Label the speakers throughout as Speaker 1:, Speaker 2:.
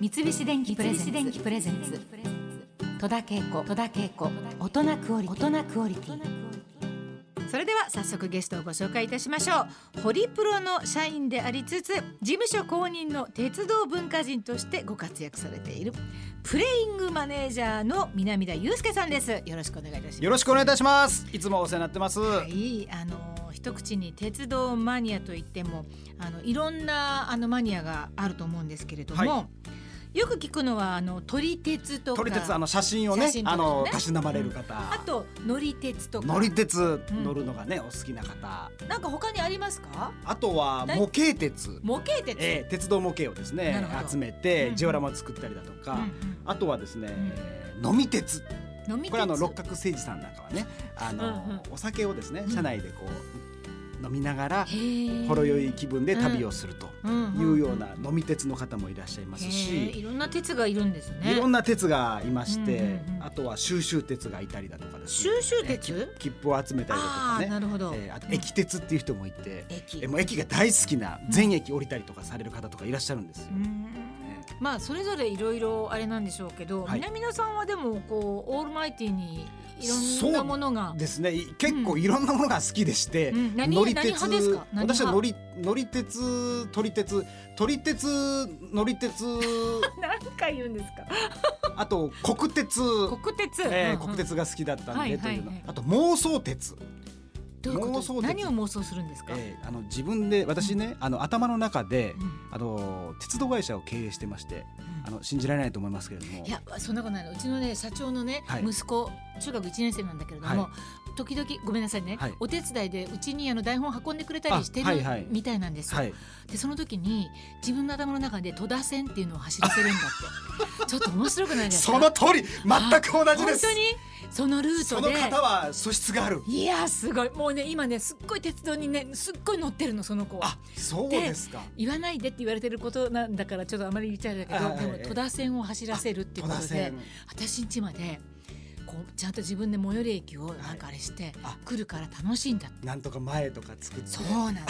Speaker 1: 三菱電機プレゼンツ戸田恵子戸田恵子大人クオリティ大人クオリティ
Speaker 2: それでは早速ゲストをご紹介いたしましょうホリプロの社員でありつつ事務所公認の鉄道文化人としてご活躍されているプレイングマネージャーの南田祐介さんですよろしくお願いいたします
Speaker 3: よろしくお願いいたしますいつもお世話になってます、
Speaker 2: はい、あの一口に鉄道マニアといってもあのいろんなあのマニアがあると思うんですけれども、
Speaker 3: は
Speaker 2: よく聞くのはあの撮り鉄とか
Speaker 3: 撮り鉄あの写真をね
Speaker 2: 写真撮
Speaker 3: あ
Speaker 2: る
Speaker 3: の
Speaker 2: ね
Speaker 3: たしなまれる方、
Speaker 2: あと乗り鉄とか
Speaker 3: 乗り鉄
Speaker 2: ん
Speaker 3: 乗るのがね、お好きな方
Speaker 2: なんか他にありますか
Speaker 3: あとは
Speaker 2: だい
Speaker 3: 模型鉄、
Speaker 2: 模型鉄、
Speaker 3: えー、鉄道模型をです
Speaker 2: な
Speaker 3: ね
Speaker 2: るほど
Speaker 3: 集めて
Speaker 2: うん
Speaker 3: ジオラマを作ったりだとか、
Speaker 2: うん
Speaker 3: あとはですね、
Speaker 2: ん
Speaker 3: えー飲み鉄
Speaker 2: うん飲み鉄
Speaker 3: これあの六角誠二さんなんかはねあの、
Speaker 2: うんうん
Speaker 3: お酒をですね
Speaker 2: ん
Speaker 3: 車内でこう飲みながら
Speaker 2: へ
Speaker 3: ほろ酔い気分で旅をするとい
Speaker 2: いう
Speaker 3: ような飲み鉄の方もいらっしゃいますし、
Speaker 2: いろんな鉄がいるんですね
Speaker 3: いろんな鉄がいまして、
Speaker 2: うんうんうん
Speaker 3: あとは収集鉄がいたりだとかですね
Speaker 2: 収集鉄
Speaker 3: えーき切符を集めたりだと
Speaker 2: あ
Speaker 3: か
Speaker 2: あ
Speaker 3: ね
Speaker 2: ーなるほど、
Speaker 3: えーあと駅鉄っていう人もいて、
Speaker 2: 駅
Speaker 3: えーもう駅が大好きな全駅降りたりとかされる方とかいらっしゃるんですよ。
Speaker 2: うん
Speaker 3: え
Speaker 2: まあそれぞれいろいろあれなんでしょうけど、
Speaker 3: はい
Speaker 2: 南野さんはでもこうオールマイティーにい
Speaker 3: そ
Speaker 2: ろん
Speaker 3: う
Speaker 2: なものが
Speaker 3: ーですねい結構いろんなものが好きでして、
Speaker 2: うん何
Speaker 3: 乗り
Speaker 2: 何
Speaker 3: 鉄
Speaker 2: 派ですか何
Speaker 3: 私
Speaker 2: 派
Speaker 3: は乗り乗り鉄撮り鉄撮り鉄乗り 鉄
Speaker 2: 何回言うんです
Speaker 3: あと国鉄、
Speaker 2: か国鉄、
Speaker 3: えー
Speaker 2: うんうん
Speaker 3: 国鉄が好きだったん
Speaker 2: は
Speaker 3: でとい
Speaker 2: いう
Speaker 3: の、
Speaker 2: はいはい
Speaker 3: あと妄想鉄、
Speaker 2: どういうこ
Speaker 3: 妄想
Speaker 2: と
Speaker 3: 鉄
Speaker 2: 何を妄想するんですか、
Speaker 3: えーあの自分で私ねあの頭の中で、
Speaker 2: うん
Speaker 3: あの鉄道会社を経営してましてあの信じられないと思いますけれども
Speaker 2: いやそんなことないのうちのね社長のね、
Speaker 3: はい
Speaker 2: 息子中学1年生なんだけれども、
Speaker 3: は
Speaker 2: 時々ごめんなさいね、
Speaker 3: はい
Speaker 2: お手伝いでうちにあの台本運んでくれたりしてる
Speaker 3: あはいはい
Speaker 2: みたいなんですよ、
Speaker 3: はい
Speaker 2: でその時に自分の頭の中で戸田線っていうのを走らせるんだって ちょっと面白くないですか
Speaker 3: その通り全く同じです
Speaker 2: 本当にそのルー
Speaker 3: そ
Speaker 2: ト
Speaker 3: の
Speaker 2: で
Speaker 3: 方は素質がある
Speaker 2: いやすごいもうね今ねすっごい鉄道にねすっごい乗ってるのその子は
Speaker 3: あそうですか
Speaker 2: 言わないでって言われてることなんだからちょっとあまり言っちゃうんだけど、
Speaker 3: はいはいは
Speaker 2: でも
Speaker 3: い
Speaker 2: 戸田線を走らせるっていうこと
Speaker 3: 戸田
Speaker 2: で
Speaker 3: 線
Speaker 2: 私ん家までこうちゃんと自分で最寄り駅をなんかあれして、
Speaker 3: あ
Speaker 2: 来るから楽しいんだって
Speaker 3: なんとか前とか作って
Speaker 2: そ
Speaker 3: 今
Speaker 2: うなの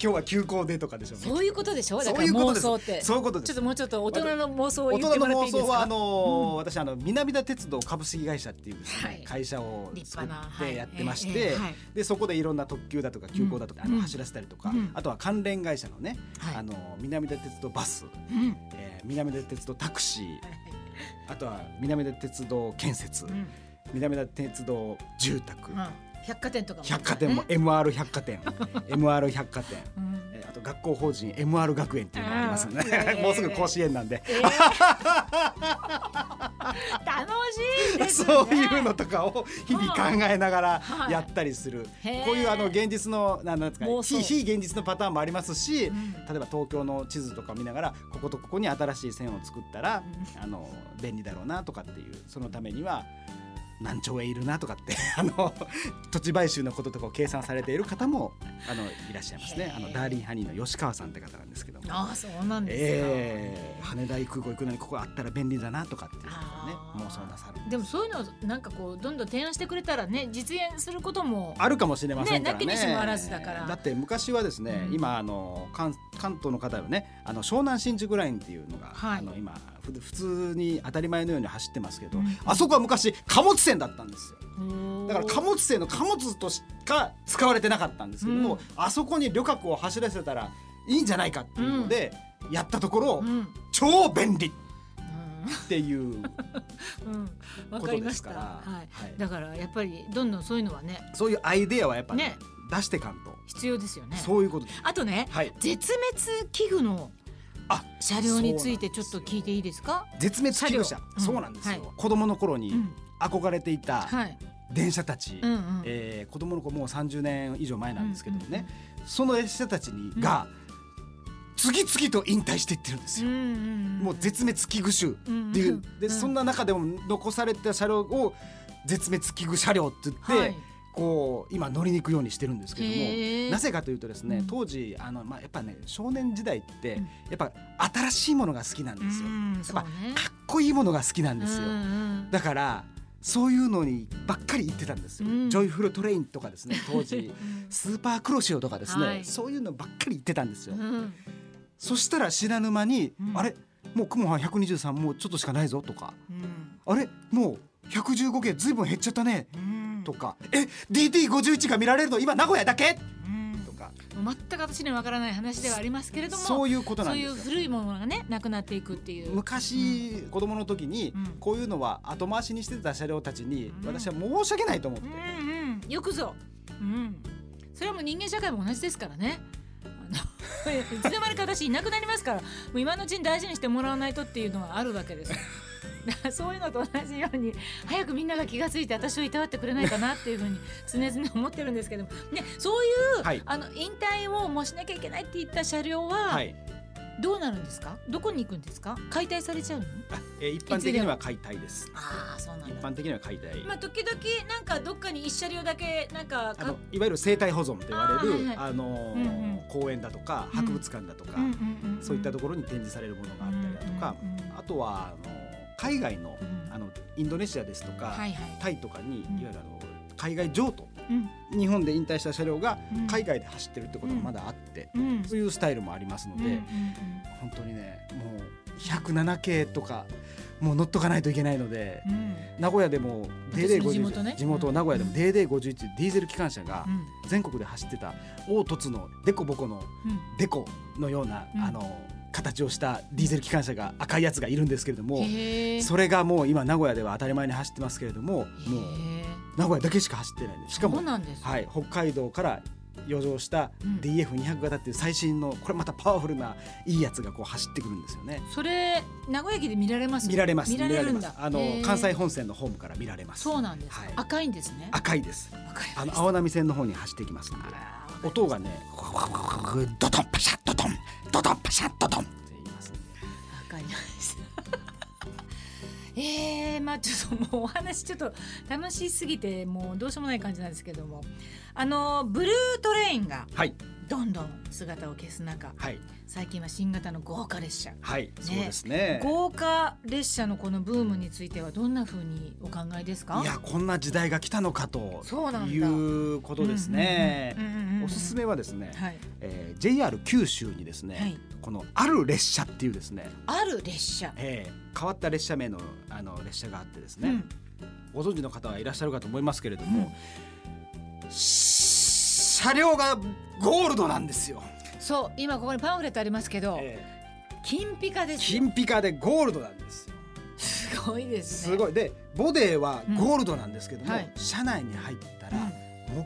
Speaker 3: 日は休校でとかでしょうね
Speaker 2: そういうことでしょだ
Speaker 3: そ
Speaker 2: か
Speaker 3: う
Speaker 2: ら
Speaker 3: いうこと
Speaker 2: 妄
Speaker 3: です
Speaker 2: 想って
Speaker 3: そういうことで
Speaker 2: ちょっ
Speaker 3: す
Speaker 2: ともうちょっと大人の妄想を
Speaker 3: 大
Speaker 2: 言って
Speaker 3: 人
Speaker 2: もら
Speaker 3: の
Speaker 2: っていいで
Speaker 3: 妄
Speaker 2: す
Speaker 3: 想
Speaker 2: か
Speaker 3: はあのー私あの南田鉄道株式会社っていうですね
Speaker 2: はい
Speaker 3: 会社を
Speaker 2: 立
Speaker 3: 作
Speaker 2: 派な
Speaker 3: ってやってまし
Speaker 2: はいえ
Speaker 3: て
Speaker 2: えはい
Speaker 3: でそこでいろんな特急だとか急行だとか
Speaker 2: う
Speaker 3: あ
Speaker 2: ん
Speaker 3: の走らせたりとか
Speaker 2: うん
Speaker 3: あとは関連会社のね
Speaker 2: はい
Speaker 3: あの南田鉄道バス
Speaker 2: うん
Speaker 3: えー南田鉄道タクシーあとは南田鉄道建設
Speaker 2: うん
Speaker 3: 南田鉄道住宅
Speaker 2: うん百貨店とかも
Speaker 3: 百貨店も MR 百 貨店 MR 百貨店
Speaker 2: うん
Speaker 3: えーあと学校法人 MR 学園っていうのがありますよ
Speaker 2: あー
Speaker 3: ね もうすぐ甲子園なんで
Speaker 2: えー楽しいですね。
Speaker 3: そういうのとかを日々考えながら
Speaker 2: はい
Speaker 3: やったりする、
Speaker 2: へー
Speaker 3: こういうあの現実のなんなんですか
Speaker 2: 妄想
Speaker 3: 非非現実のパターンもありますし、
Speaker 2: ん
Speaker 3: 例えば東京の地図とかを見ながらこことここに新しい線を作ったら、あの便利だろうなとかっていうそのためには何兆円いるなとかって あの土地買収のこととかを計算されている方もあのいらっしゃいます
Speaker 2: へ
Speaker 3: ね
Speaker 2: ー
Speaker 3: あのダーリンハニーの吉川さんって方なんですけども。
Speaker 2: ああそうなんですよ。
Speaker 3: えー羽田空港行くのにここあったら便利だなとかっていう
Speaker 2: あー
Speaker 3: のね妄想なさる
Speaker 2: でもそういうのをなんかこうどんどん提案してくれたらね実現することも
Speaker 3: あるかもしれませんからね
Speaker 2: ねなきにしもあらずだから
Speaker 3: だって昔はですね、
Speaker 2: うん
Speaker 3: 今あの関関東の方はねあの湘南新宿ラインっていうのが、
Speaker 2: はい
Speaker 3: あの今ふ普通に当たり前のように走ってますけど、
Speaker 2: うん
Speaker 3: あそこは昔貨物線だったんですよだから貨
Speaker 2: も
Speaker 3: 物船の貨物としか使われてなかったんですけども、
Speaker 2: うん
Speaker 3: あそこに旅客を走らせたらいいんじゃないかっていうので、やったところ、
Speaker 2: うん うん
Speaker 3: 超便利っていう
Speaker 2: うん わ
Speaker 3: こ
Speaker 2: か
Speaker 3: と
Speaker 2: り
Speaker 3: で
Speaker 2: まし
Speaker 3: す
Speaker 2: た
Speaker 3: から
Speaker 2: はい
Speaker 3: はい
Speaker 2: だからやっぱりどんどんそういうのはね
Speaker 3: そういうアイデアはやっぱね
Speaker 2: ね
Speaker 3: 出してかんと、
Speaker 2: 必要ですよね
Speaker 3: そういうことです。
Speaker 2: あとね
Speaker 3: はい
Speaker 2: 絶滅危惧の
Speaker 3: あ
Speaker 2: 車両についてちょっと聞いていいですか
Speaker 3: 絶滅危惧
Speaker 2: 車
Speaker 3: 車
Speaker 2: 両、うん
Speaker 3: そうなんですよ、
Speaker 2: はい
Speaker 3: 子供の頃に
Speaker 2: うん
Speaker 3: 憧れていた
Speaker 2: はい
Speaker 3: 電車たち、
Speaker 2: うんうん
Speaker 3: えー子供の子もう30年以上前なんですけどもね、その列車たちにが次々と引退していってるんです
Speaker 2: うん
Speaker 3: よ、
Speaker 2: うん
Speaker 3: もう絶滅危惧種ってい
Speaker 2: う
Speaker 3: う、
Speaker 2: んうん
Speaker 3: でそんな中でも残された車両を絶滅危惧車両って言って、
Speaker 2: はい
Speaker 3: こう今乗りに行くようにしてるんですけど
Speaker 2: へー
Speaker 3: もなぜかというとですね、
Speaker 2: うん
Speaker 3: 当時あの、まあ、やっぱね少年時代って、
Speaker 2: うん
Speaker 3: やっぱ新しいものが好きなんですよ。
Speaker 2: うん
Speaker 3: やっぱ
Speaker 2: そうね
Speaker 3: かっこいいものが好きなんですよ、
Speaker 2: うんうん
Speaker 3: だからそういうのにばっかり行ってたんですよ、
Speaker 2: うん
Speaker 3: ジョイフルトレインとかですね当 時
Speaker 2: ん
Speaker 3: スーパークロシオとかですね、
Speaker 2: はい
Speaker 3: そういうのばっかり行ってたんですよ、
Speaker 2: うん
Speaker 3: そしたら知らぬ間に、
Speaker 2: うん
Speaker 3: あれもう雲は123もうちょっとしかないぞとか
Speaker 2: うん
Speaker 3: あれもう115系ずいぶん減っちゃったね
Speaker 2: うん
Speaker 3: とかえ DT51 が見られるの今名古屋だけ
Speaker 2: うん
Speaker 3: とか
Speaker 2: もう全く私にはわからない話ではありますけれども
Speaker 3: そういうことなんです
Speaker 2: そ
Speaker 3: よ
Speaker 2: ういう古いものがねなくなっていくっていう
Speaker 3: 昔、子供の時に
Speaker 2: うん
Speaker 3: こういうのは後回しにしてた車両たちに
Speaker 2: うん
Speaker 3: 私は申し訳ないと思っ
Speaker 2: う
Speaker 3: て、
Speaker 2: んうんよくぞ、うん、それはもう人間社会も同じですからねあの いつの間にか私いなくなりますからもう今のうちに大事にしてもらわないとっていうのはあるわけですよ だからそういうのと同じように早くみんなが気がついて私をいたわってくれないかなっていうふうに常々思ってるんですけども、ね、そういう、
Speaker 3: はい
Speaker 2: あの引退をもうしなきゃいけないって言った車両は
Speaker 3: はい
Speaker 2: どうなるんですか、どこに行くんですか解体されちゃうの
Speaker 3: あえー一般的には解体です
Speaker 2: ああそうな
Speaker 3: 一
Speaker 2: んだ
Speaker 3: 般的には解体、
Speaker 2: まあ時々なんかどっかに一車両だけなんか
Speaker 3: あ
Speaker 2: か
Speaker 3: のいわゆる生態保存と言われるあ、
Speaker 2: あーはいはい
Speaker 3: のー
Speaker 2: うんうん
Speaker 3: 公園だとか博物館だとか、そういったところに展示されるものがあったりだとか、
Speaker 2: うんうんうん
Speaker 3: あとはあのー海外の
Speaker 2: うん
Speaker 3: あのインドネシアですとか、
Speaker 2: はいはい。
Speaker 3: タイとかにい
Speaker 2: うん
Speaker 3: わゆるあの海外譲渡
Speaker 2: うん
Speaker 3: 日本で引退した車両が
Speaker 2: うん
Speaker 3: 海外で走ってるってことがまだあって、
Speaker 2: うん
Speaker 3: そういうスタイルもありますので、
Speaker 2: うんうん
Speaker 3: 本当にねもう107系とかもう乗っとかないといけないので。
Speaker 2: うんうん
Speaker 3: 名古屋でもデーデー
Speaker 2: 私の
Speaker 3: 51
Speaker 2: 地元ね
Speaker 3: 地元名古屋でもデーデー51ディーゼル機関車が
Speaker 2: うん
Speaker 3: 全国で走ってた凹凸のデコボコの
Speaker 2: うん
Speaker 3: デコのような、
Speaker 2: うん
Speaker 3: あの形をしたディーゼル機関車が赤いやつがいるんですけれども
Speaker 2: へえ。
Speaker 3: それがもう今名古屋では当たり前に走ってますけれどももう
Speaker 2: へえ
Speaker 3: 名古屋だけしか走ってないんですしか
Speaker 2: そう
Speaker 3: も、
Speaker 2: なんです。。
Speaker 3: はいい、北海道から余剰した
Speaker 2: うん
Speaker 3: DF200 型っていう最新のこれまたパワフルないいやつがこう走ってくるんですよね。
Speaker 2: それ名古屋駅で見られます。
Speaker 3: 見られます
Speaker 2: 見られるんだ
Speaker 3: 見。られますあの
Speaker 2: へえ
Speaker 3: 関西。本線のホームから見られます
Speaker 2: そうなんです
Speaker 3: はい。
Speaker 2: 赤いんですね。
Speaker 3: 赤いです
Speaker 2: 赤い。
Speaker 3: あの青波線の方に走ってきますんで音がねドトンパシャッドトンドトンパシャッドトンって言いますんで
Speaker 2: わかりました。 えー、まあちょっともうお話ちょっと楽しすぎてもうどうしようもない感じなんですけどもあのブルートレインが
Speaker 3: はい
Speaker 2: どんどん姿を消す中
Speaker 3: はい
Speaker 2: 最近は新型の豪華列車
Speaker 3: はい、そうですね
Speaker 2: 豪華列車のこのブームについてはどんな風にお考えですか
Speaker 3: いやこんな時代が来たのかと
Speaker 2: そうなんだ
Speaker 3: いうことですね
Speaker 2: うんうんうんうんうん
Speaker 3: おすすめはですね、
Speaker 2: はい、
Speaker 3: えー、JR 九州にですね、
Speaker 2: はい
Speaker 3: このある列車っていうですね、
Speaker 2: ある列車、
Speaker 3: えー、変わった列車名のあの列車があってです
Speaker 2: う
Speaker 3: ね、
Speaker 2: ん
Speaker 3: ご存知の方はいらっしゃるかと思いますけれども、し車両がゴールドなんですよ、
Speaker 2: そう今ここにパンフレットありますけど、
Speaker 3: え
Speaker 2: 金ピカですよ
Speaker 3: 金ピカでゴールドなんですよ
Speaker 2: すごいです
Speaker 3: す
Speaker 2: ね
Speaker 3: ごいでボデーはゴールドなんですけども、
Speaker 2: うんはい
Speaker 3: 車内に入ったら、
Speaker 2: うん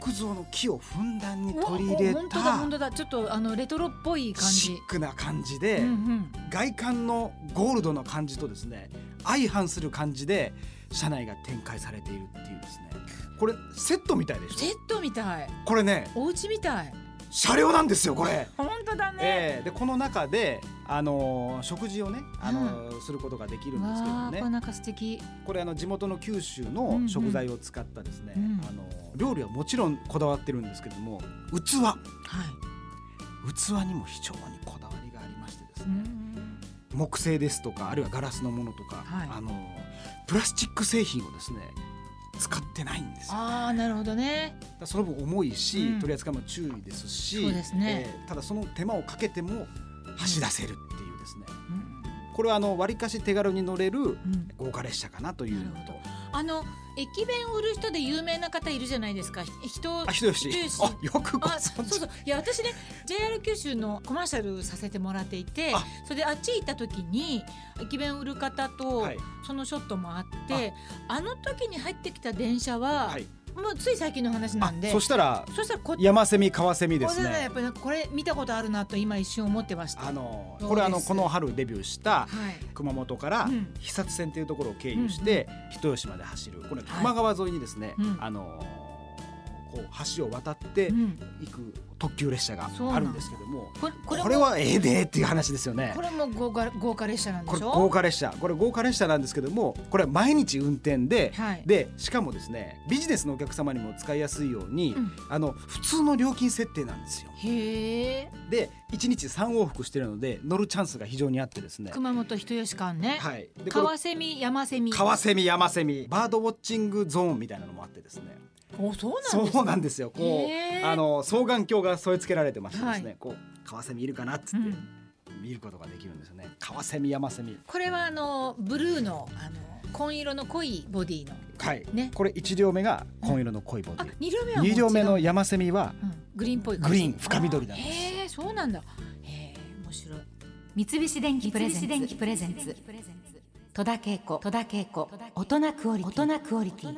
Speaker 3: 木造の木をふんだんに
Speaker 2: うわ
Speaker 3: 取り入れ
Speaker 2: お本当だ本
Speaker 3: た
Speaker 2: 当だちょっとあのレトロっぽい感
Speaker 3: シ
Speaker 2: じ
Speaker 3: ックな感じで、
Speaker 2: うんうん
Speaker 3: 外観のゴールドの感じとですね相反する感じで車内が展開されているっていうですねこれセットみたいで
Speaker 2: セッ
Speaker 3: しょ
Speaker 2: トみたい
Speaker 3: これね
Speaker 2: お家みたい
Speaker 3: 車両なんですよこれ。
Speaker 2: 本当だね、
Speaker 3: ええでこの中で、あのー食事をね、あのーすることができるんですけど
Speaker 2: わあ、これ
Speaker 3: ね
Speaker 2: なんか素敵
Speaker 3: これあの地元の九州
Speaker 2: うんう
Speaker 3: の
Speaker 2: ん
Speaker 3: 食材を使ったですね、
Speaker 2: うん
Speaker 3: あのー料理はもちろんこだわってるんですけども器
Speaker 2: はい、
Speaker 3: 器にも非常にこだわりがありましてです
Speaker 2: う
Speaker 3: ね、
Speaker 2: ん
Speaker 3: 木製ですとかあるいはガラスのものとか、
Speaker 2: はい
Speaker 3: あのープラスチック製品をですね使ってないんですよ
Speaker 2: ああなるほどね
Speaker 3: だからその分重いし、
Speaker 2: うん
Speaker 3: 取り扱いも注意ですし
Speaker 2: そうですね
Speaker 3: ええただその手間をかけても走らせるっていうですね、
Speaker 2: うん
Speaker 3: これはあの割かし手軽に乗れる
Speaker 2: うん
Speaker 3: 豪華列車かなというの
Speaker 2: なる
Speaker 3: と
Speaker 2: ほあの駅弁売る人で有名な方いるじゃないですか。ひ人
Speaker 3: あ人吉
Speaker 2: 人吉
Speaker 3: あよくご
Speaker 2: あそ
Speaker 3: 存
Speaker 2: う
Speaker 3: 知
Speaker 2: そういや私ね JR 九州のコマーシャルさせてもらっていて
Speaker 3: あ
Speaker 2: それであっち行った時に駅弁売る方と
Speaker 3: はい
Speaker 2: そのショットもあってあの時に入ってきた電車は、
Speaker 3: はい
Speaker 2: もうつい最近の話な
Speaker 3: あ
Speaker 2: んでそ
Speaker 3: そしたら
Speaker 2: したらこっち
Speaker 3: 山セミ川セミです
Speaker 2: これねや
Speaker 3: ね
Speaker 2: っぱりなんかこれ見たことあるなと今一瞬思ってました。
Speaker 3: あの
Speaker 2: そう
Speaker 3: これあの
Speaker 2: です
Speaker 3: この春デビューした
Speaker 2: はい
Speaker 3: 熊本から
Speaker 2: うん
Speaker 3: 肥薩線というところを経由して人吉まで走るこれ球磨川沿いにですね、
Speaker 2: うん
Speaker 3: あのこう橋を渡って
Speaker 2: うん、
Speaker 3: 行く特急列車が
Speaker 2: そうな
Speaker 3: あ
Speaker 2: んだ
Speaker 3: るんですけども
Speaker 2: これこれも
Speaker 3: これはええでっていう話ですよね
Speaker 2: こ。れも豪華豪華列車なんで
Speaker 3: これ
Speaker 2: しょ
Speaker 3: 豪華列車これ豪華列車なんですけどもこれは毎日運転で、
Speaker 2: はい
Speaker 3: でしかもですねビジネスのお客様にも使いやすいように、
Speaker 2: うん
Speaker 3: あの普通の料金設定なんですよ
Speaker 2: へえ
Speaker 3: で1日3往復してるので乗るチャンスが非常にあってですね
Speaker 2: 熊本人吉間ね、
Speaker 3: はいでこ
Speaker 2: 川
Speaker 3: の
Speaker 2: セミ山セミ
Speaker 3: 川セミ山セミバードウォッチングゾーンみたいなのもあってですね
Speaker 2: おそうなんですね
Speaker 3: そうなんですよこ
Speaker 2: へ
Speaker 3: う
Speaker 2: ー
Speaker 3: あの双眼鏡が添え付けられてましてですね、
Speaker 2: はい
Speaker 3: こう川セミいるかなっつって、
Speaker 2: うん
Speaker 3: 見ることができるんですよねカワセミヤマセミ
Speaker 2: これはあのブルーのあの紺色の濃いボディの
Speaker 3: はい、
Speaker 2: ね
Speaker 3: これ1両目が紺色の濃いボデ
Speaker 2: あ
Speaker 3: ィ、
Speaker 2: 二両目はもう違
Speaker 3: 二
Speaker 2: う
Speaker 3: 2両目のヤマセミは
Speaker 2: うんグリーンっぽい
Speaker 3: グリーン深緑なんです
Speaker 2: へえそうなんだへえ面白い
Speaker 1: 三菱電機プレゼンツ
Speaker 4: 三菱電機プレゼンツ
Speaker 1: 戸田恵子戸田恵子大人クオリティ大人クオリティ